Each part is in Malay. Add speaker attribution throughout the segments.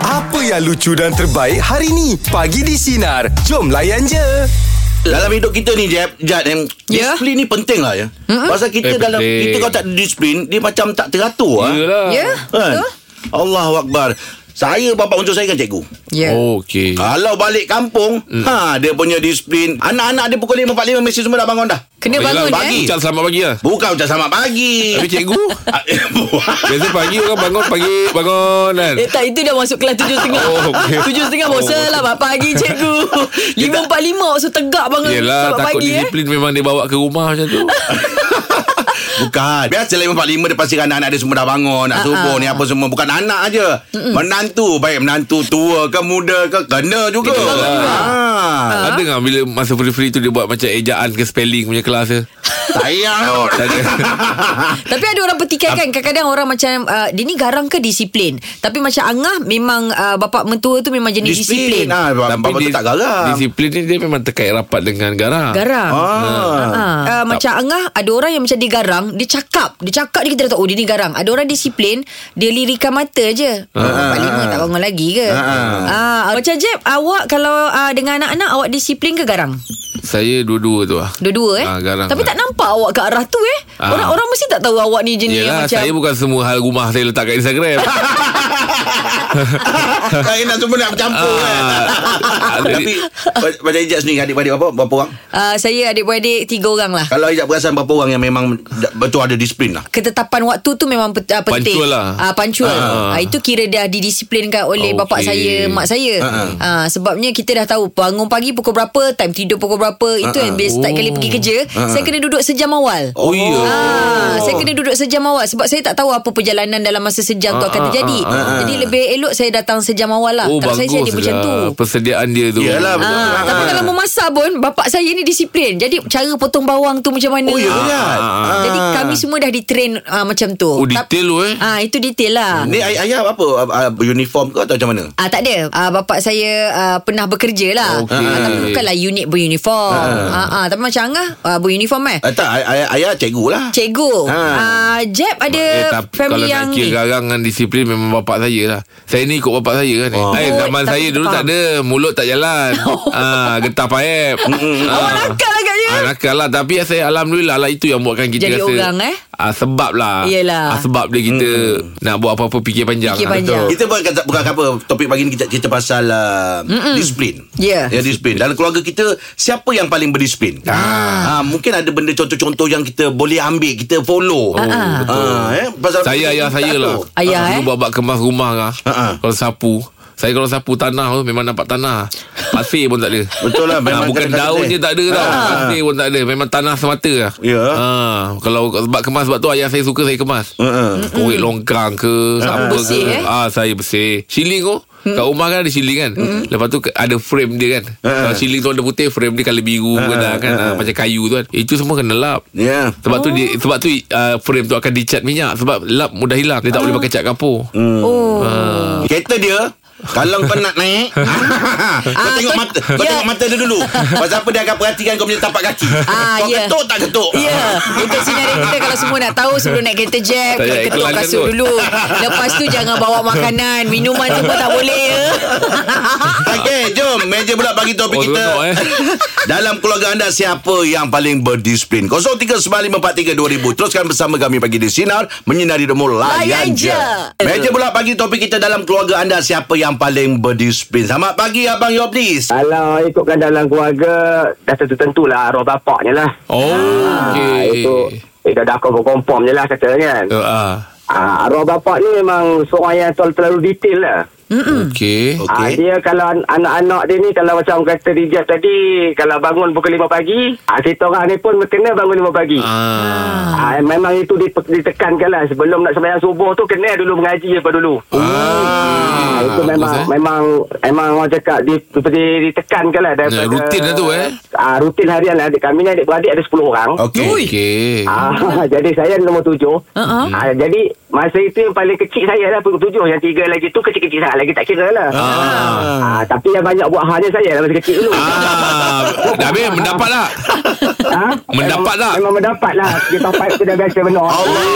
Speaker 1: Apa yang lucu dan terbaik hari ni? Pagi di Sinar. Jom layan je.
Speaker 2: Dalam hidup kita ni Jeb Jad yang
Speaker 3: Ya.
Speaker 2: yeah. Disiplin ni penting lah ya mm-hmm. Pasal kita
Speaker 4: Eh,
Speaker 2: eh, dalam
Speaker 4: penting.
Speaker 2: Kita kalau tak ada disiplin Dia macam tak teratur lah
Speaker 4: Yelah
Speaker 3: Ya,
Speaker 2: kan?
Speaker 3: betul?
Speaker 2: Allahu Akbar saya bapa untuk saya kan cikgu.
Speaker 3: Ya.
Speaker 4: Oh okey
Speaker 2: Kalau balik kampung, mm. ha dia punya disiplin. Anak-anak dia pukul 5.45 mesti semua dah bangun dah.
Speaker 3: Kena bangun
Speaker 4: Yelah,
Speaker 2: pagi.
Speaker 3: eh.
Speaker 4: Ucap lah, selamat pagi lah
Speaker 2: Bukan ucap selamat pagi. Ah, eh,
Speaker 4: Tapi cikgu Biasa pagi orang bangun pagi Bangun kan
Speaker 3: Eh tak itu dah masuk kelas tujuh setengah
Speaker 4: Oh, okey.
Speaker 3: Tujuh setengah bosan lah Bapak pagi cikgu Lima empat lima So tegak bangun
Speaker 4: Yelah
Speaker 3: solat
Speaker 4: takut
Speaker 3: pagi eh
Speaker 4: disiplin Memang dia bawa ke rumah macam tu
Speaker 2: Bukan Biasa 5.45 dia pastikan anak-anak dia semua dah bangun Nak
Speaker 3: Ah,
Speaker 2: subuh
Speaker 3: ah.
Speaker 2: ni apa semua Bukan anak aja Menantu Baik menantu tua ke muda ke Kena juga Ah.
Speaker 3: Ah.
Speaker 2: ha.
Speaker 4: Ada nggak bila masa free-free tu Dia buat macam ejaan ke spelling punya kelas ke
Speaker 2: Sayang
Speaker 4: Oh,
Speaker 2: kot
Speaker 3: Tapi ada orang petikai kan Kadang-kadang orang macam uh, Dia ni garang ke disiplin Tapi macam Angah Memang uh, bapak mentua tu Memang jenis disiplin,
Speaker 2: ah, Bapa tu
Speaker 4: Tapi dis-
Speaker 2: tak garang
Speaker 4: Disiplin ni dia memang terkait rapat dengan garang
Speaker 3: Garang
Speaker 2: ah.
Speaker 3: Ah. Uh, macam Angah Ada orang yang macam dia garang Dia cakap Dia cakap je kita dah tahu oh, Dia ni garang Ada orang disiplin Dia lirikan mata je ah. 45 tak bangun lagi ke ah. Macam Jeb Awak kalau uh, Dengan anak-anak Awak disiplin ke garang?
Speaker 4: Saya dua-dua tu lah
Speaker 3: Dua-dua eh
Speaker 4: Ah, garang
Speaker 3: Tapi
Speaker 4: lah.
Speaker 3: tak nampak awak ke arah tu eh
Speaker 4: Ah.
Speaker 3: Orang orang mesti tak tahu awak ni jenis yang
Speaker 4: Yelah
Speaker 3: macam
Speaker 4: saya bukan semua hal rumah Saya letak kat Instagram
Speaker 2: Saya nak semua nak bercampur kan
Speaker 4: Ah.
Speaker 2: Tapi ma- Macam Ijaz sendiri Adik-adik apa Berapa orang
Speaker 3: uh, Saya adik-beradik tiga orang lah
Speaker 2: Kalau Ijaz perasan Berapa orang yang memang da- Betul ada disiplin lah
Speaker 3: ketetapan waktu tu memang pet, uh, penting.
Speaker 4: Punctual lah.
Speaker 3: Ah, punctual.
Speaker 4: Ah.
Speaker 3: Ah, itu kira dah didisiplinkan oleh
Speaker 4: Okey.
Speaker 3: okay. bapak saya, mak saya.
Speaker 2: Ah.
Speaker 3: Ah, sebabnya kita dah tahu bangun pagi pukul berapa, time tidur pukul berapa. Itu yang bila start
Speaker 4: Oh.
Speaker 3: kali pergi kerja, saya kena duduk sejam awal.
Speaker 4: Oh ya
Speaker 3: Ah, saya kena duduk sejam awal sebab saya tak tahu apa perjalanan dalam masa sejam tu
Speaker 4: Ah,
Speaker 3: akan
Speaker 4: ah,
Speaker 3: terjadi.
Speaker 4: ah, ah,
Speaker 3: Jadi lebih elok saya datang sejam awal lah.
Speaker 4: Oh
Speaker 3: kalau saya
Speaker 4: bagus
Speaker 3: jadi macam tu.
Speaker 4: lah Persediaan dia tu
Speaker 2: Yelah, betul.
Speaker 3: Ah, tapi
Speaker 2: Ah.
Speaker 3: kalau memasak pun bapak saya ni disiplin. Jadi cara potong bawang tu macam mana?
Speaker 2: Oh ya kan
Speaker 4: ah.
Speaker 3: Jadi kami semua dah ditrain uh, macam tu.
Speaker 4: Oh, Hmm.
Speaker 3: Tap-
Speaker 4: detail tu, eh?
Speaker 3: Ah itu detail lah.
Speaker 2: Ni ay- ayah apa Ah, ah, Uniform ke atau macam mana
Speaker 3: Ah tak ada. Ah bapak saya ah, pernah bekerja lah.
Speaker 4: Oh, Okey.
Speaker 3: Ah, tapi bukanlah unit beruniform. Ah ah tapi macam Angah ah, beruniform eh.
Speaker 2: Ah, tak, ay- ay- ayah cikgu lah.
Speaker 3: Cikgu.
Speaker 2: Ah.
Speaker 3: Ah Jeb ada
Speaker 4: Eh, tapi kalau
Speaker 3: family
Speaker 4: nak
Speaker 3: yang
Speaker 4: kira
Speaker 3: ni.
Speaker 4: garang dengan disiplin memang bapak saya lah. Saya ni ikut bapak saya kan.
Speaker 2: Oh.
Speaker 4: Oh. Eh, zaman
Speaker 3: Tapi
Speaker 4: saya dulu
Speaker 3: faham.
Speaker 4: tak ada. Mulut tak jalan. ah, getah paep.
Speaker 3: Oh, Awak nakal agaknya.
Speaker 4: Ah, nakal lah Tapi saya Alhamdulillah lah Itu yang buatkan kita
Speaker 3: Ya. Jadi
Speaker 4: rasa
Speaker 3: orang, eh?
Speaker 4: ah, Sebab lah
Speaker 3: Yelah.
Speaker 4: ah, Sebab dia kita Nak buat apa-apa Fikir panjang
Speaker 3: Fikir
Speaker 4: Ah,
Speaker 3: panjang.
Speaker 4: betul.
Speaker 2: Kita bukan kata, bukan apa topik pagi ni kita cerita pasal uh, disiplin.
Speaker 3: Ya.
Speaker 2: Ya disiplin. Dalam keluarga kita siapa yang paling berdisiplin? Ah. mungkin ada benda contoh-contoh yang kita boleh ambil, kita follow. Oh, ah, eh pasal
Speaker 4: Saya ayah saya
Speaker 2: tak
Speaker 4: lah
Speaker 2: tahu.
Speaker 3: Ayah,
Speaker 4: Dulu
Speaker 3: eh?
Speaker 4: bawa kemas rumah lah
Speaker 2: Ah, ah.
Speaker 4: Kalau sapu saya kalau sapu tanah tu Memang nampak tanah Pasir pun tak ada
Speaker 2: Betul lah, memang
Speaker 4: Ah, Bukan
Speaker 2: kadang-kadang tak
Speaker 4: daun
Speaker 2: ada.
Speaker 4: je tak ada tau
Speaker 2: Ah.
Speaker 4: Pasir pun tak ada Memang tanah semata lah
Speaker 2: Ya.
Speaker 4: Ah, Kalau sebab kemas Sebab tu ayah saya suka saya kemas
Speaker 2: Uh-uh.
Speaker 4: Korek Ha, longkang ke Apa
Speaker 3: Bersih,
Speaker 4: ke
Speaker 3: eh?
Speaker 4: ah, Saya bersih Siling tu Kat rumah kan ada siling kan Lepas tu ke- ada frame dia kan Kalau siling tu ada putih Frame dia colour biru kadang kan Ah, Macam kayu tu kan Itu semua kena lap
Speaker 2: Ya.
Speaker 4: sebab tu dia, sebab tu uh, frame tu akan dicat minyak sebab lap mudah hilang. Dia tak boleh pakai cat kapur.
Speaker 3: Oh.
Speaker 2: Kereta dia kalau kau nak naik
Speaker 4: Ah,
Speaker 2: Kau tengok
Speaker 3: kau-
Speaker 2: mata Kau
Speaker 3: Ya.
Speaker 2: tengok mata dia dulu Pasal apa dia akan perhatikan Kau punya tapak kaki
Speaker 3: Ah,
Speaker 2: Kau
Speaker 3: ya.
Speaker 2: ketuk tak ketuk Ah.
Speaker 3: Ya yeah. Itu sinarin kita Kalau semua nak tahu Sebelum naik kereta jeb
Speaker 4: Tak payah
Speaker 3: Ketuk
Speaker 4: iklan kan
Speaker 3: kasut
Speaker 4: kot.
Speaker 3: dulu Lepas tu jangan bawa makanan Minuman semua tak boleh ya
Speaker 2: Okey, jom meja pula bagi topik
Speaker 4: Oh,
Speaker 2: kita.
Speaker 4: seronok, eh.
Speaker 2: Dalam keluarga anda siapa yang paling berdisiplin? 0395432000. Teruskan bersama kami pagi di sinar menyinari demo layan
Speaker 3: Layan
Speaker 2: je.
Speaker 3: je.
Speaker 2: Meja pula bagi topik kita dalam keluarga anda siapa yang paling berdisiplin? Selamat pagi abang Yoblis.
Speaker 5: Kalau ikutkan dalam keluarga Dah tentu-tentu lah Arwah bapaknya lah
Speaker 4: Oh,
Speaker 5: Ah,
Speaker 4: okey.
Speaker 5: Itu Itu dah confirm-confirm je lah Katanya kan
Speaker 4: Uh, ah.
Speaker 5: Ah, Arwah bapak ni memang Seorang yang terlalu, terlalu detail lah
Speaker 2: Okey.
Speaker 4: Okey.
Speaker 5: Ah, dia kalau an- anak-anak dia ni kalau macam kata Rijal tadi kalau bangun pukul 5 pagi ah, kita orang ni pun kena bangun 5 pagi ah.
Speaker 4: Ah.
Speaker 5: Ah, memang itu dite- ditekankan lah sebelum nak sembahyang subuh tu kena dulu mengaji apa dulu
Speaker 4: Ah.
Speaker 5: Ah, itu
Speaker 4: Bagus,
Speaker 5: memang
Speaker 4: eh. memang
Speaker 5: memang memang orang cakap di seperti ditekankan lah
Speaker 4: Ya,
Speaker 5: daripada
Speaker 4: rutin lah tu, eh.
Speaker 5: Ah, rutin harian lah adik kami ni adik beradik ada 10 orang.
Speaker 2: Okey.
Speaker 4: Okey.
Speaker 5: Ah, jadi saya nombor tujuh.
Speaker 3: Uh-uh.
Speaker 5: Ah, jadi Masa itu yang paling kecil saya lah Pukul tujuh Yang tiga lagi tu Kecil-kecil sangat lagi Tak kira lah ah. Tapi yang banyak buat hal ni Saya lah masa kecil dulu
Speaker 4: Ah, dah habis mendapat tak?
Speaker 5: ha?
Speaker 4: Mendapat
Speaker 5: memang,
Speaker 4: tak?
Speaker 5: Memang mendapat lah Dia top up tu dah biasa benar
Speaker 2: Allah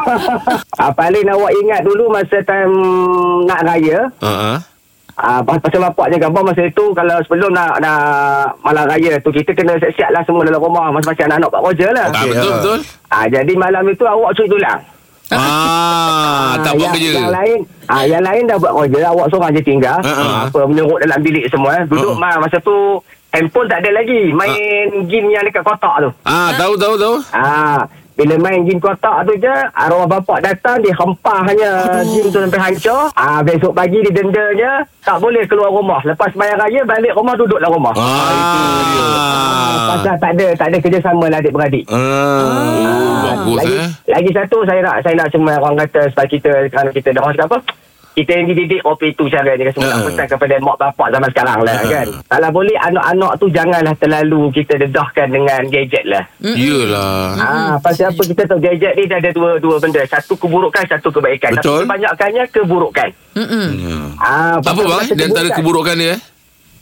Speaker 2: Akbar.
Speaker 5: ah, Paling awak ingat dulu Masa time Nak raya
Speaker 4: Ha.
Speaker 5: Ah, pas- pasal bapak je gambar masa itu kalau sebelum nak, nak malam raya tu kita kena siap-siap lah semua dalam rumah masing-masing anak-anak kat roja lah.
Speaker 4: Ah,
Speaker 2: Okey,
Speaker 4: betul
Speaker 2: ah.
Speaker 4: betul.
Speaker 5: Ah, jadi malam itu awak curi tulang.
Speaker 4: Ah, tak buat
Speaker 5: yang,
Speaker 4: kerja. Ha,
Speaker 5: Yang lain, ah, yang lain dah buat kerja. Awak seorang je tinggal. Ah,
Speaker 2: Ha-ha.
Speaker 5: Apa menyerut dalam bilik semua. eh. Duduk ma, masa tu handphone tak ada lagi. Main
Speaker 4: Ha.
Speaker 5: game yang dekat kotak tu.
Speaker 4: Ah, tahu tahu tahu.
Speaker 5: Ah, bila main game kotak tu je, arwah bapak datang, dia hempah hanya game tu sampai hancur. Ah, besok pagi dia denda je, tak boleh keluar rumah. Lepas bayar raya, balik rumah, duduk dalam rumah. Ah,
Speaker 4: Ah,
Speaker 5: Pasal tak ada, tak ada kerjasama lah adik-beradik.
Speaker 2: Ah.
Speaker 5: Ah,
Speaker 4: Oh, bagus
Speaker 5: lagi,
Speaker 4: eh.
Speaker 5: lagi satu saya nak saya nak cuma orang kata sebab kita kerana kita dah orang kata apa kita yang dididik OP itu cara dia semua
Speaker 4: Ah.
Speaker 5: uh. pesan kepada mak bapak zaman sekarang lah kan kalau boleh anak-anak tu janganlah terlalu kita dedahkan dengan gadget lah
Speaker 4: Iyalah.
Speaker 5: Ah, pasal apa kita tahu gadget ni dia ada dua dua benda. Satu keburukan, satu kebaikan.
Speaker 2: Betul.
Speaker 5: Tapi kebanyakannya keburukan.
Speaker 3: Mm-mm.
Speaker 5: Ah,
Speaker 4: Ya. Tak apa
Speaker 5: pasal
Speaker 4: bang,
Speaker 5: masa
Speaker 4: di antara keburukan dia eh.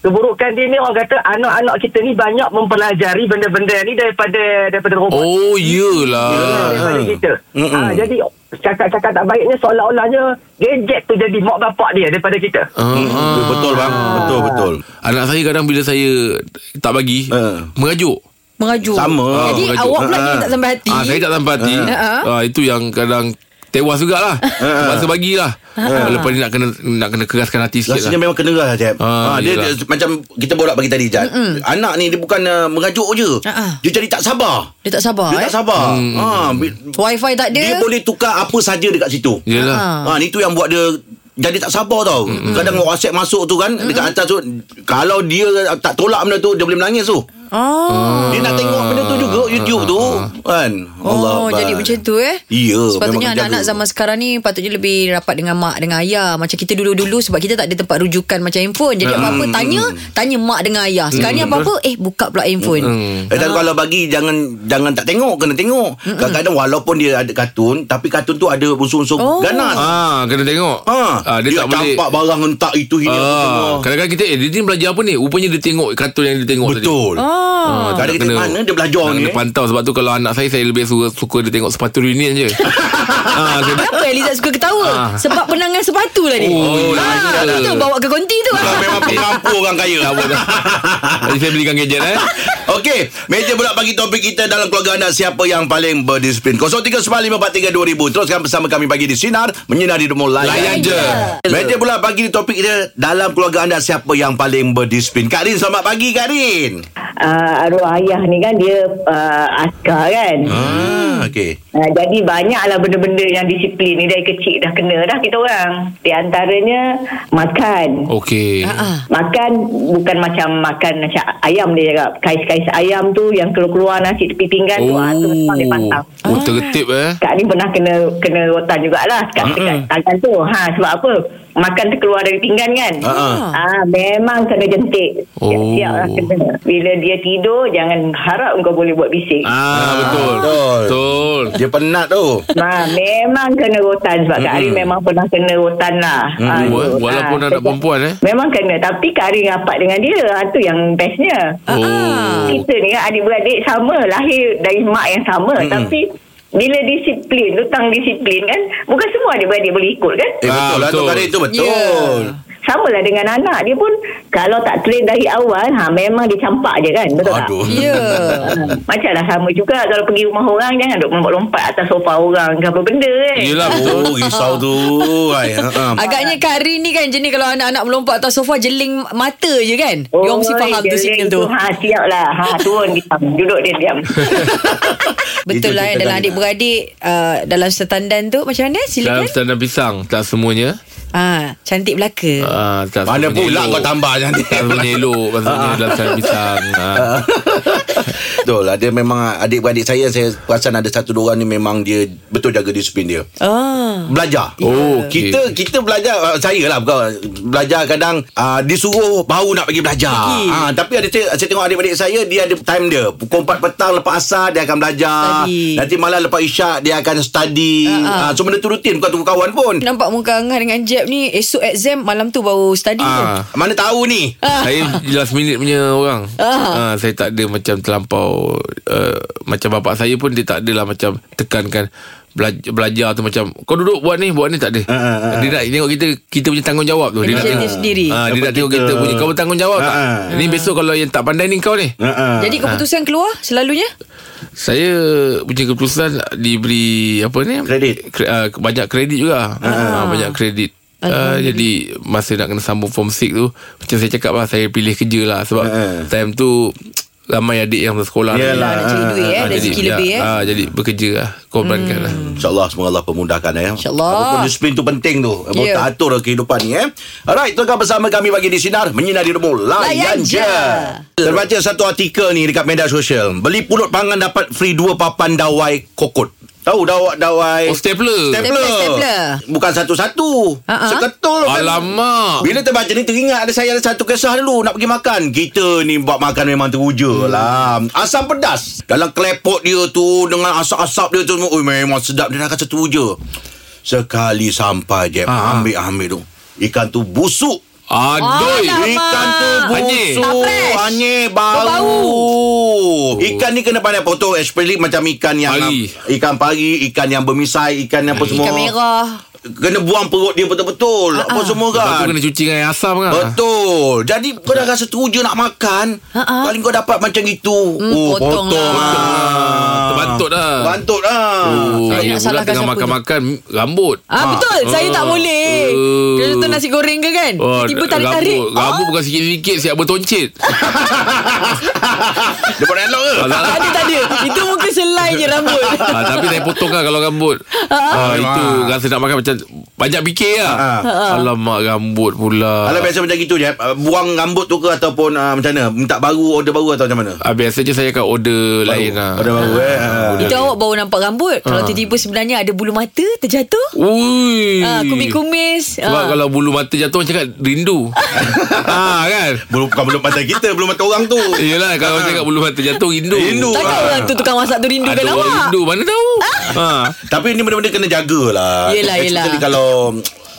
Speaker 5: keburukan dia ni orang kata anak-anak kita ni banyak mempelajari benda-benda ni daripada daripada robot.
Speaker 4: Oh, ah. iyalah.
Speaker 5: daripada kita.
Speaker 2: Mm-mm.
Speaker 5: Ah, jadi cakap-cakap tak baiknya seolah-olahnya gadget tu jadi mak bapak dia daripada kita.
Speaker 4: Ah,
Speaker 2: Hmm, Betul bang Betul betul
Speaker 4: Anak saya kadang bila saya tak bagi,
Speaker 2: Ah.
Speaker 4: mengajuk.
Speaker 3: Merajuk
Speaker 2: Sama.
Speaker 3: Jadi
Speaker 4: Merajuk.
Speaker 3: awak pula
Speaker 2: Ha.
Speaker 3: jadi tak sampai hati
Speaker 4: Ah, saya tak sampai hati.
Speaker 3: Ah.
Speaker 4: Ah, itu yang kadang tewas jugalah.
Speaker 2: Ah.
Speaker 4: Masa bagilah. Ah, Lepas ni nak kena nak kena keraskan hati sikit
Speaker 2: Rasanya
Speaker 4: lah.
Speaker 2: memang kena lah Jeb
Speaker 4: Ah,
Speaker 2: ha, dia, dia,
Speaker 4: yelah.
Speaker 2: Macam kita borak bagi tadi Jeb Anak ni dia bukan uh, mengajuk je
Speaker 3: Ah, ah.
Speaker 2: Dia jadi tak sabar
Speaker 3: Dia tak sabar
Speaker 2: Dia
Speaker 3: eh?
Speaker 2: tak sabar
Speaker 4: Hmm.
Speaker 2: ha, bi-
Speaker 3: Wifi tak ada
Speaker 2: Dia boleh tukar apa saja dekat situ
Speaker 4: Yalah.
Speaker 3: Ah.
Speaker 2: Ha, ni tu yang buat dia jadi tak sabar tau. Mm-hmm. Kadang WhatsApp masuk tu kan mm-hmm. dekat atas tu kalau dia tak tolak benda tu dia boleh menangis tu.
Speaker 3: Oh,
Speaker 2: Dia
Speaker 4: Ah.
Speaker 2: nak tengok benda tu juga YouTube tu kan.
Speaker 3: oh jadi macam tu eh
Speaker 2: Ya,
Speaker 3: Sepatutnya
Speaker 2: memang kena
Speaker 3: anak-anak
Speaker 2: jaga.
Speaker 3: zaman sekarang ni Patutnya lebih rapat dengan mak Dengan ayah Macam kita dulu-dulu Sebab kita tak ada tempat rujukan Macam handphone Jadi
Speaker 2: Hmm.
Speaker 3: apa-apa tanya Tanya mak dengan ayah Sekarang ni apa-apa Eh buka pula handphone
Speaker 2: Eh, tapi kalau bagi jangan jangan tak tengok kena tengok. Kadang-kadang walaupun dia ada kartun tapi kartun tu ada unsur-unsur
Speaker 3: Oh.
Speaker 2: ganas.
Speaker 4: Ah, kena tengok.
Speaker 2: Ha,
Speaker 4: Ah, dia, tak boleh.
Speaker 2: campak barang hentak itu ini apa semua.
Speaker 4: Ah, kadang-kadang kita eh dia ni belajar apa ni? Rupanya dia tengok kartun yang dia tengok tadi.
Speaker 2: Betul.
Speaker 4: Ah,
Speaker 2: Tak ada kita mana dia belajar
Speaker 4: nak
Speaker 2: ni.
Speaker 4: kena
Speaker 2: eh.
Speaker 4: pantau sebab tu kalau anak saya saya lebih suka, suka dia tengok sepatu reunion je. ah, saya,
Speaker 3: Kenapa Eliza suka
Speaker 2: Ah.
Speaker 3: ketawa Sebab penangan sepatu lah ni
Speaker 4: Oh,
Speaker 2: ya,
Speaker 3: Ah,
Speaker 4: Eliza.
Speaker 3: Itu bawa ke konti tu
Speaker 2: Kalau memang pengampur orang kaya.
Speaker 4: Eh. tak buat dah. Jadi saya belikan gadget eh.
Speaker 2: Okey, meja bulat bagi topik kita dalam keluarga anda siapa yang paling berdisiplin. 0395432000. Teruskan bersama kami bagi di sinar menyinari demo layan,
Speaker 4: Layan je.
Speaker 2: Meja bulat bagi di topik kita dalam keluarga anda siapa yang paling berdisiplin. Kak Rin selamat pagi Kak Rin.
Speaker 6: uh, arwah ayah ni kan dia uh, askar kan. Hmm.
Speaker 2: Ah, okey.
Speaker 6: Uh, jadi banyaklah benda-benda yang disiplin ni dari kecil dah kena dah kita orang. Di antaranya makan.
Speaker 4: Okey.
Speaker 6: Ah, Makan bukan macam makan macam ayam dia cakap. Kais-kais ayam tu yang keluar-keluar nasi tepi pinggan tu. ah, tu memang dia pantang.
Speaker 4: Oh, tertib eh.
Speaker 6: Kak ni pernah kena kena rotan jugalah kat dekat tangan tu. Ha sebab apa? Makan terkeluar dari pinggan kan.
Speaker 2: Ah,
Speaker 6: Ah memang kena jentik.
Speaker 4: Oh.
Speaker 6: Siap-siap lah kena. Bila dia tidur jangan harap kau boleh buat bising.
Speaker 4: Ah, betul.
Speaker 2: betul.
Speaker 4: Betul.
Speaker 2: Dia penat tu.
Speaker 6: Ma, memang kena rotan sebab Kak Ari memang pernah kena rotan lah. Ah,
Speaker 4: wa-
Speaker 6: tu.
Speaker 4: walaupun
Speaker 6: Ah,
Speaker 4: anak
Speaker 6: sebab-
Speaker 4: perempuan, eh?
Speaker 6: Memang kena. Tapi Kak Ari rapat dengan dia. Itu yang bestnya.
Speaker 2: Ah.
Speaker 4: Oh.
Speaker 6: Kita ni kan adik-beradik sama. Lahir dari mak yang sama.
Speaker 2: Hmm.
Speaker 6: Tapi bila disiplin, tentang disiplin kan. Bukan semua adik-beradik boleh ikut kan.
Speaker 2: Eh,
Speaker 4: Ah,
Speaker 2: betul lah tu
Speaker 4: betul.
Speaker 2: Kak Rin tu betul.
Speaker 6: Sama lah dengan anak dia pun kalau tak train dari awal ha memang dia campak je kan betul tak?
Speaker 2: Aduh.
Speaker 3: Ya
Speaker 6: Ha, macam lah sama juga kalau pergi rumah orang jangan duk lompat-lompat atas sofa orang ke apa benda kan.
Speaker 4: Yelah, betul.
Speaker 2: Oh, risau tu. Ai, ha, ha.
Speaker 3: Agaknya Kak Rin ni kan jenis kalau anak-anak melompat atas sofa jeling mata je kan. Oh, Yom si faham tu
Speaker 6: jelek
Speaker 3: signal tu.
Speaker 6: Ha, siap lah. Ha, turun diam. Duduk dia diam.
Speaker 3: Betul
Speaker 2: Itu
Speaker 3: lah eh,
Speaker 2: cerita Kak
Speaker 3: dalam
Speaker 2: Rin.
Speaker 3: adik-beradik uh, dalam setandan tu macam mana
Speaker 4: Dalam
Speaker 3: silakan.
Speaker 4: standar pisang Tak semuanya
Speaker 3: Ah, cantik belaka.
Speaker 4: ah, tak
Speaker 2: Mana
Speaker 4: semuanya
Speaker 2: pula
Speaker 4: elok.
Speaker 2: kau tambah nanti. ah.
Speaker 4: Ah. Tak semuanya elok Maksudnya dalam standar pisang ah.
Speaker 2: Betul lah. Dia memang adik-beradik saya saya perasan ada satu dua orang ni memang dia betul jaga disiplin dia.
Speaker 3: Ah.
Speaker 2: Belajar.
Speaker 4: Oh, okey.
Speaker 2: kita kita belajar uh, saya lah bukan belajar kadang uh, disuruh baru nak pergi belajar.
Speaker 3: Pergi.
Speaker 2: Ah tapi ada saya, saya tengok adik-adik saya dia ada time dia. Pukul 4 petang lepas asar dia akan belajar.
Speaker 3: Study.
Speaker 2: Nanti malam lepas isyak dia akan study.
Speaker 3: Ah, ah.
Speaker 2: Uh-huh. so benda tu rutin bukan tunggu kawan pun.
Speaker 3: Nampak muka Angah dengan Jeb ni Esok exam Malam tu baru study tu
Speaker 4: Ah.
Speaker 2: Ha, Mana tahu ni.
Speaker 4: Saya last minute punya orang
Speaker 3: Ah.
Speaker 4: ah. Saya tak ada macam terlampau uh, Macam bapak saya pun Dia tak adalah macam Tekankan belajar, belajar tu macam Kau duduk buat ni Buat ni tak ada
Speaker 2: ah, ah.
Speaker 4: Dia nak tengok kita Kita punya tanggungjawab tu nak
Speaker 3: Inisiatif
Speaker 4: tengok-
Speaker 3: sendiri.
Speaker 4: ah, Dia
Speaker 2: Dapat
Speaker 4: nak tengok
Speaker 2: Eh, kita-
Speaker 4: kita punya Kau bertanggungjawab tak
Speaker 2: Ah, ah.
Speaker 4: Ni besok kalau yang tak pandai ni kau ni
Speaker 2: Uh-huh.
Speaker 3: Jadi keputusan keluar Selalunya
Speaker 4: Saya punya keputusan diberi apa ni?
Speaker 2: Kredit.
Speaker 4: Kre, uh, banyak kredit juga. Ah. banyak kredit. Uh, jadi masa nak kena sambung form 6 tu Macam saya cakap lah Saya pilih kerja lah Sebab
Speaker 2: Ah.
Speaker 4: time tu Ramai adik yang sekolah ni.
Speaker 2: Yelah,
Speaker 3: nak cari duit, eh.
Speaker 4: Ah, jadi,
Speaker 3: Rezeki lebih, eh. Hmm.
Speaker 4: ah, Jadi bekerja lah Korbankan lah
Speaker 2: InsyaAllah semoga Allah pemudahkan eh.
Speaker 3: InsyaAllah.
Speaker 2: Apapun disiplin tu penting tu. Abang
Speaker 3: Ya.
Speaker 2: yeah. tak atur kehidupan ni eh. Alright, tengah bersama kami bagi di Sinar. Menyinari Remu.
Speaker 3: Layan
Speaker 2: Layan je.
Speaker 3: je.
Speaker 2: Terbaca satu artikel ni dekat media sosial. Beli pulut pangan dapat free dua papan dawai kokot. Tahu dawai dawai
Speaker 4: Oh stapler
Speaker 2: Stapler.
Speaker 3: Stapler.
Speaker 2: Bukan satu-satu.
Speaker 3: Ha-ha.
Speaker 2: Seketul. kan?
Speaker 4: Alamak
Speaker 2: Bila terbaca ni teringat ada saya ada satu kisah dulu nak pergi makan. Kita ni buat makan memang teruja hmm. lah. Asam pedas. Dalam klepot dia tu dengan asap-asap dia tu semua. Ui, memang sedap dia nak kata teruja. Sekali sampai je
Speaker 4: Ha, ha.
Speaker 2: ambil-ambil tu. Ikan tu busuk. Ah,
Speaker 4: Aduh
Speaker 3: Alamak.
Speaker 2: Ikan tu
Speaker 3: Tak
Speaker 4: Anyir.
Speaker 2: busuk
Speaker 3: fresh.
Speaker 2: Anyir bau Ikan ni kena pandai potong Especially macam ikan yang
Speaker 4: Pari.
Speaker 2: Ikan pari Ikan yang bermisai Ikan apa semua
Speaker 3: Ikan merah
Speaker 2: Kena buang perut dia betul-betul
Speaker 3: Ha,
Speaker 2: Apa semua
Speaker 4: Lepas tu
Speaker 2: kan
Speaker 4: kena cuci dengan air asam kan
Speaker 2: Betul Jadi kau dah rasa teruja nak makan
Speaker 3: Ha-ha.
Speaker 2: Paling kau dapat macam itu
Speaker 3: Ha,
Speaker 2: Oh,
Speaker 3: Hmm, potong lah.
Speaker 2: lah.
Speaker 4: Terbantut lah.
Speaker 2: Terbantut lah
Speaker 4: Oh,
Speaker 3: Tak
Speaker 4: saya
Speaker 3: nak
Speaker 4: pula
Speaker 3: salahkan
Speaker 4: tengah
Speaker 3: siapa tu.
Speaker 4: makan-makan Rambut
Speaker 3: Ah, betul Saya tak boleh
Speaker 4: Oh.
Speaker 3: Kalau tu nasi goreng ke kan Tiba-tiba tarik-tarik Ah.
Speaker 4: Rambut, rambut bukan sikit-sikit Siap bertoncit
Speaker 2: Dia buat elok ke?
Speaker 4: Ah, tak
Speaker 3: Tak
Speaker 4: lah.
Speaker 3: ada tak ada Itu muka selai je rambut
Speaker 4: Ah, tapi saya potong lah kalau rambut ah, Itu rasa nak makan macam Banyak fikir lah
Speaker 2: Ah.
Speaker 4: Alamak rambut pula
Speaker 2: Alah biasa macam gitu je uh, Buang rambut tu ke Ataupun uh, macam mana Minta baru Order baru atau macam mana
Speaker 4: ah, Biasa je saya akan order lain lah
Speaker 2: Order baru eh Ah.
Speaker 3: Itu awak baru nampak rambut
Speaker 4: Ah.
Speaker 3: Kalau tiba-tiba sebenarnya Ada bulu mata terjatuh
Speaker 4: Ui
Speaker 3: Ah, Kumis-kumis
Speaker 4: Sebab
Speaker 3: Ah.
Speaker 4: kalau bulu mata jatuh Macam kat rindu ah, kan
Speaker 2: Belum bukan belum mata kita, belum mata orang tu.
Speaker 4: Yelah kalau macam kat bulu mata jatuh Rindu
Speaker 2: Ah. Rindu.
Speaker 3: Takkan
Speaker 2: Ah.
Speaker 3: orang tu tukang masak tu rindukan
Speaker 4: Ada orang
Speaker 3: awak
Speaker 4: rindu Mana tahu ah.
Speaker 2: Tapi ni benda-benda kena jagalah.
Speaker 3: Yelah, yelah.
Speaker 2: Especially kalau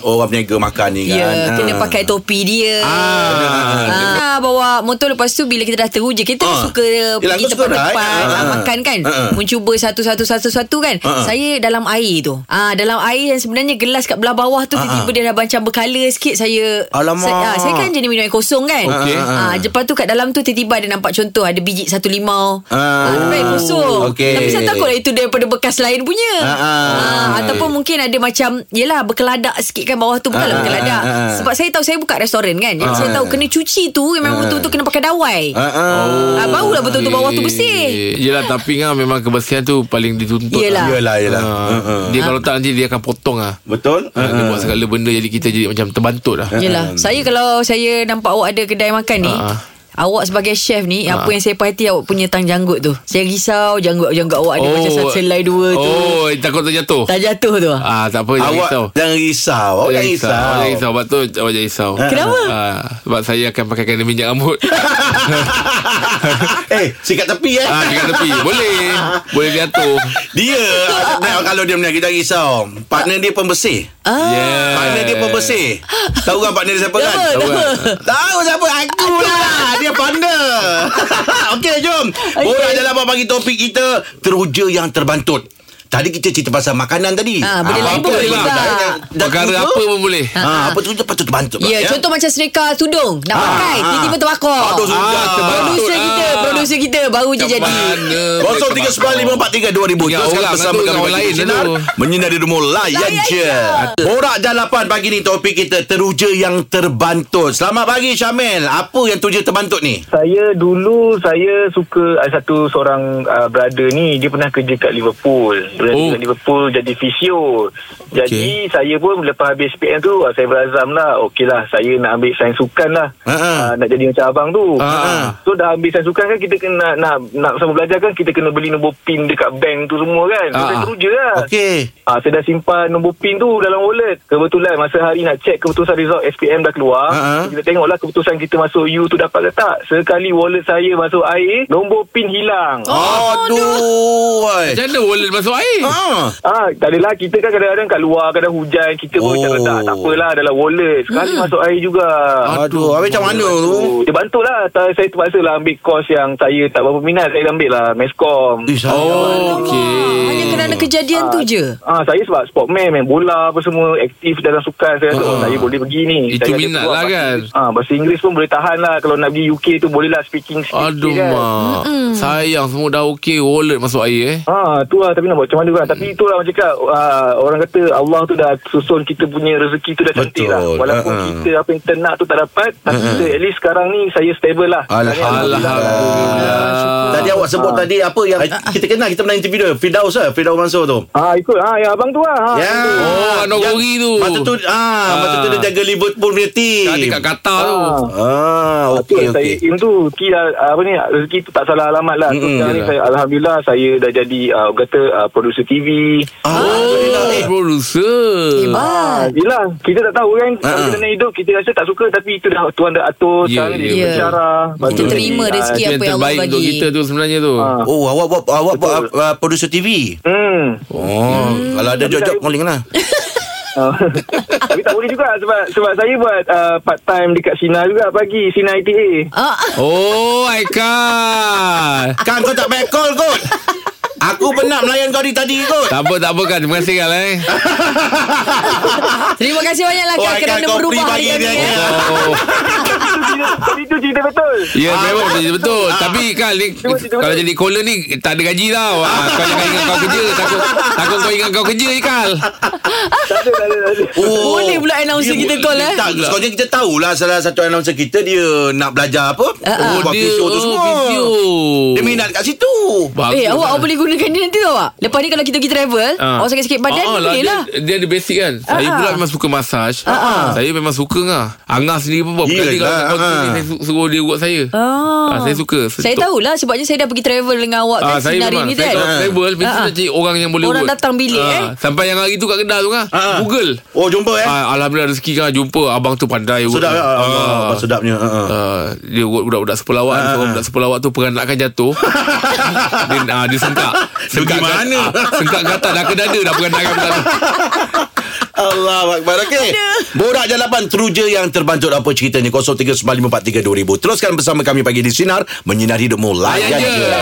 Speaker 2: orang peniaga makan ni
Speaker 3: Ya,
Speaker 2: kan.
Speaker 3: yeah, kena pakai topi dia. Ah. ah, bawa motor lepas tu bila kita dah teruja kita
Speaker 2: Ah.
Speaker 3: ah. suka
Speaker 2: Yelah,
Speaker 3: pergi
Speaker 2: kau suka
Speaker 3: tempat-tempat
Speaker 2: ride.
Speaker 3: ah.
Speaker 2: Ah.
Speaker 3: makan kan.
Speaker 2: Ah.
Speaker 3: Mencuba satu-satu satu-satu kan.
Speaker 2: Ah.
Speaker 3: Saya dalam air tu. Ah, dalam air yang sebenarnya gelas kat belah bawah tu tiba-tiba dia dah macam berkala sikit saya
Speaker 2: Ah, Alamak.
Speaker 3: Saya, ah, saya kan jenis minum air kosong kan.
Speaker 4: Okey.
Speaker 3: Ah, lepas tu kat dalam tu tiba-tiba ada nampak contoh ada biji satu limau.
Speaker 2: Ah.
Speaker 3: minum air kosong.
Speaker 2: Okey.
Speaker 3: Tapi saya takutlah itu daripada bekas lain punya.
Speaker 2: Ah, ah.
Speaker 3: ataupun mungkin ada macam yelah berkeladak sikit kan bawah tu bukanlah
Speaker 2: Ah,
Speaker 3: berkeladak.
Speaker 2: ah, ah.
Speaker 3: Sebab saya tahu saya buka restoran kan. Jadi saya tahu kena cuci tu memang betul-betul kena pakai dawai.
Speaker 2: Ha ah.
Speaker 3: Ah, barulah betul-betul bawah tu bersih.
Speaker 4: Eh, Yelah tapi kan memang kebersihan tu Paling dituntut
Speaker 3: Yelah.
Speaker 2: Yelah yelah.
Speaker 4: Ah,
Speaker 2: Ah, ah.
Speaker 4: Dia kalau tak nanti dia akan potong lah
Speaker 2: Betul?
Speaker 4: Ah, Dia buat segala benda Jadi kita jadi macam terbantut lah
Speaker 2: Ah.
Speaker 3: Yelah, saya kalau saya nampak awak ada kedai makan ni,
Speaker 4: Ah.
Speaker 3: Awak sebagai chef ni
Speaker 2: Ah.
Speaker 3: Apa yang saya perhati Awak punya tang janggut tu Saya risau Janggut-janggut awak Ada oh. macam satu selai dua tu
Speaker 4: Oh takut terjatuh
Speaker 3: Tak jatuh tu ah.
Speaker 4: Ah, tak apa jangan
Speaker 2: Awak
Speaker 4: risau
Speaker 2: jangan risau. Awak jangan risau. Ha,
Speaker 4: Awak jangan risau Sebab tu awak jangan risau
Speaker 3: Kenapa?
Speaker 4: ah, Sebab saya akan pakai kena minyak rambut
Speaker 2: Eh, sikat tepi eh.
Speaker 4: ah, Dekat tepi Boleh Boleh jatuh
Speaker 2: Dia nah, kalau dia meniaga jangan risau. Partner dia pembersih.
Speaker 3: Ah?
Speaker 2: Ya.
Speaker 4: Yeah
Speaker 2: Partner Ah. dia pembersih. Tahu kan partner dia siapa kan?
Speaker 3: Tahu,
Speaker 2: Tahu
Speaker 3: tahu.
Speaker 2: kan? Tahu siapa? Aku lah. Dia partner. Okey, jom. Borak dalam apa bagi topik kita. Teruja yang terbantut. Tadi kita cerita pasal makanan tadi.
Speaker 3: Ah, benda lain pun
Speaker 2: apa
Speaker 3: boleh
Speaker 2: lah.
Speaker 3: juga.
Speaker 2: Dah- dah
Speaker 4: Perkara
Speaker 2: teruja.
Speaker 4: apa pun boleh
Speaker 2: Ah, apa teruja patut terbantut.
Speaker 3: Ya, contoh macam serika tudung Nak pakai
Speaker 2: ah.
Speaker 3: Tiba-tiba terbakar
Speaker 2: Aduh, sudah.
Speaker 4: Ah, terbantut.
Speaker 3: Produser kita
Speaker 4: Ah.
Speaker 3: Produser kita Baru je
Speaker 4: Macam
Speaker 3: jadi
Speaker 4: mana
Speaker 2: Kosong tiga sembilan lima empat tiga dua ribu.
Speaker 4: Ingat
Speaker 2: Teruskan
Speaker 4: orang
Speaker 2: bersama
Speaker 4: tu,
Speaker 2: kami
Speaker 4: orang
Speaker 2: bagi
Speaker 4: lain
Speaker 2: sinar
Speaker 4: tu.
Speaker 2: menyinari demo layan
Speaker 3: Layan
Speaker 2: je. Borak jalapan pagi ni topik kita teruja yang terbantut. Selamat pagi Syamil. Apa yang teruja terbantut ni?
Speaker 7: Saya eh, ah, dulu saya suka ada satu seorang uh, brother ni dia pernah kerja kat Liverpool. Pernah
Speaker 4: Oh.
Speaker 7: oh. Liverpool jadi fisio Jadi saya pun lepas habis PM tu Saya berazam lah Okey lah saya nak ambil sains sukan lah
Speaker 2: Ha, ha.
Speaker 7: Ah, Nak jadi macam abang tu
Speaker 4: Ha, ha.
Speaker 7: So dah ambil sains sukan kan Kita kena nak, nak sama belajar kan Kita kena beli nombor PIN dekat bank tu semua kan so,
Speaker 4: Ha,
Speaker 7: Saya
Speaker 4: ha.
Speaker 7: teruja lah
Speaker 2: Okey.
Speaker 7: Ah, saya dah simpan nombor PIN tu dalam wallet. Kebetulan masa hari nak check keputusan result SPM dah keluar.
Speaker 2: Ha-ha.
Speaker 7: Kita tengoklah keputusan kita masuk U tu dapat ke tak. Sekali wallet saya masuk air, nombor PIN hilang. Oh.
Speaker 2: Aduh. wai.
Speaker 4: Macam mana wallet masuk air?
Speaker 2: Ah.
Speaker 7: Ah, tak adalah kita kan kadang-kadang kat luar kadang hujan kita
Speaker 2: Oh.
Speaker 7: pun oh. macam letak tak apalah dalam wallet sekali masuk air juga.
Speaker 2: Aduh, habis macam mana tu?
Speaker 7: Oh, Dia bantulah Ta- Saya terpaksa lah ambil kos yang Saya tak berapa minat Saya dah ambil lah Mescom
Speaker 2: Eh, sayang.
Speaker 3: Wah,
Speaker 4: Oh,
Speaker 3: Hanya
Speaker 4: okey.
Speaker 3: kerana kejadian tu je
Speaker 7: Ah, saya sebab sportman main bola apa semua aktif dalam sukan saya rasa oh, saya boleh pergi ni.
Speaker 4: Itu
Speaker 7: saya ada
Speaker 4: minat lah
Speaker 7: peluang bahasa
Speaker 4: kan?
Speaker 7: Inggeris. Ah, bahasa Inggeris pun boleh tahan lah kalau nak pergi UK tu boleh lah speaking sikit
Speaker 4: Aduh mak Sayang semua dah okey Wallet masuk air eh
Speaker 7: Ah, tu lah tapi nak buat macam mana kan. Tapi itulah macam cakap ah, orang kata Allah tu dah susun kita punya rezeki tu dah cantik
Speaker 2: Betul.
Speaker 7: lah. Walaupun
Speaker 2: Ha-ha.
Speaker 7: kita apa yang kita nak tu tak dapat tapi kita at least sekarang ni saya stable lah.
Speaker 4: Alhamdulillah
Speaker 2: Tadi awak sebut tadi apa yang kita kenal kita pernah interview dia Firdaus ah Firdaus Mansur tu.
Speaker 7: Ah, ikut ah yang abang tu lah. Ah,
Speaker 2: Ya.
Speaker 7: abang tu.
Speaker 4: Oh anak gori tu
Speaker 2: Masa tu ah, masa tu dia jaga Liverpool punya
Speaker 4: Kat
Speaker 2: team.
Speaker 4: dekat Qatar tu
Speaker 7: Ah.
Speaker 2: Ah,
Speaker 7: Okay,
Speaker 2: okey okey.
Speaker 7: saya im tu kira apa ni ah, rezeki tu tak salah alamat lah.
Speaker 2: Mm-mm.
Speaker 7: Mm-hmm. Sekarang ni saya alhamdulillah saya dah jadi uh, kata uh, producer TV.
Speaker 3: Ah.
Speaker 2: Alhamdulillah.
Speaker 4: Oh
Speaker 2: Ah, Eh,
Speaker 4: producer
Speaker 3: Eh,
Speaker 7: Ah,
Speaker 3: Hebat
Speaker 7: yelah, kita tak tahu kan
Speaker 2: Ah, ah.
Speaker 7: uh-huh. kita nak hidup kita rasa tak suka tapi itu dah Tuhan dah
Speaker 4: Ya,
Speaker 7: atur yeah,
Speaker 4: ya,
Speaker 7: sekarang yeah, dia Ah,
Speaker 3: betul.
Speaker 7: bercara.
Speaker 3: Kita terima rezeki apa
Speaker 4: Itu
Speaker 3: yang
Speaker 4: yang
Speaker 3: Allah
Speaker 4: terbaik untuk
Speaker 3: bagi
Speaker 4: kita tu sebenarnya tu
Speaker 7: Ah.
Speaker 2: Oh, awak buat awak buat uh, producer TV.
Speaker 7: Hmm.
Speaker 2: Oh,
Speaker 3: Hmm.
Speaker 2: kalau ada job-job calling lah.
Speaker 7: Ah. tapi tak boleh juga sebab sebab saya buat uh, part time dekat Sina juga pagi Sina ITA.
Speaker 3: Ah,
Speaker 4: Oh Aikal
Speaker 2: Kan kau tak back call kot. Aku penat melayan kau dari tadi kot.
Speaker 4: Tak apa tak apa kan Terima kasih Kal eh
Speaker 3: Terima kasih banyak lah
Speaker 2: Oh,
Speaker 3: Kak
Speaker 2: Aikal,
Speaker 3: Kerana
Speaker 2: kau
Speaker 3: berubah
Speaker 2: pergi
Speaker 3: hari
Speaker 2: bagi
Speaker 3: ini
Speaker 2: dia
Speaker 3: eh.
Speaker 2: ni.
Speaker 4: Oh
Speaker 7: Tapi itu cerita betul.
Speaker 4: Ya memang betul, betul.
Speaker 2: Ah.
Speaker 4: Tapi Kal ni Kalau jadi caller ni Tak ada gaji tau ah, Kau jangan ingat kau kerja Takut takut kau ingat kau kerja je Kal
Speaker 7: Tak ada, tak ada, tak ada.
Speaker 2: Oh.
Speaker 3: Boleh pula announcer
Speaker 2: Dia
Speaker 3: kita
Speaker 2: bu-
Speaker 3: call
Speaker 2: dia
Speaker 3: eh
Speaker 2: Tak, sekurangnya kita tahulah salah satu announcer kita dia nak belajar apa.
Speaker 3: Ah,
Speaker 4: Oh
Speaker 2: buat
Speaker 4: dia
Speaker 2: video tu
Speaker 4: oh,
Speaker 2: semua.
Speaker 4: Video
Speaker 2: Dia minat kat situ.
Speaker 4: Bagus
Speaker 3: Eh awak
Speaker 4: lah.
Speaker 3: awak boleh gunakan dia nanti tau awak Lepas ni kalau kita pergi travel
Speaker 4: Ah.
Speaker 3: Awak Oh, sakit-sakit badan
Speaker 4: Ah,
Speaker 3: Boleh lah
Speaker 4: Dia, dia ada basic kan uh Saya
Speaker 3: Ah.
Speaker 4: pula memang suka massage
Speaker 3: Ah.
Speaker 4: Saya memang suka ngah Angah sendiri pun Berapa
Speaker 2: Yelah,
Speaker 4: kali kalau kau
Speaker 2: ah.
Speaker 4: ni Saya su- suruh dia buat saya
Speaker 3: Ah.
Speaker 4: Ah, Saya suka
Speaker 3: Saya tahulah sebabnya saya dah pergi travel dengan awak
Speaker 4: Ah,
Speaker 3: kan
Speaker 4: saya
Speaker 3: Sinar
Speaker 4: memang
Speaker 3: ini
Speaker 4: Saya
Speaker 3: kan
Speaker 4: kalau travel Mesti
Speaker 3: Ah.
Speaker 4: nak cari orang yang boleh
Speaker 3: Orang
Speaker 4: buat
Speaker 3: datang bilik,
Speaker 4: Ah,
Speaker 3: eh.
Speaker 4: Sampai yang hari tu kat kedai tu ngah
Speaker 2: Ah.
Speaker 4: Google
Speaker 2: Oh, jumpa eh.
Speaker 4: Ah, Alhamdulillah rezeki kan Jumpa abang tu pandai buat.
Speaker 2: Sedap ya.
Speaker 4: Ah.
Speaker 2: Ah, sedapnya. Ha. ah.
Speaker 4: Uh, dia buat budak-budak sepelawat uh, Seorang budak sepelawat tu Peranakan jatuh Dia, uh, dia sengkak Sengkak
Speaker 2: Pergi mana?
Speaker 4: uh, Sengkak ke atas Dah ke dada Dah peranakan budak tu
Speaker 2: Allah Akbar Okey Borak Jalapan Teruja yang terbancut Apa ceritanya 0395432000 Teruskan bersama kami Pagi di Sinar Menyinari hidupmu Layan
Speaker 4: Layan je.
Speaker 2: je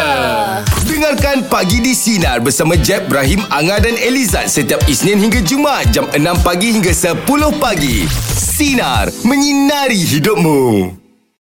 Speaker 1: Dengarkan Pagi di Sinar bersama Jeb, Ibrahim, Anga dan Elizad setiap Isnin hingga Jumaat jam 6 pagi hingga 10 pagi. Sinar, menyinari hidupmu.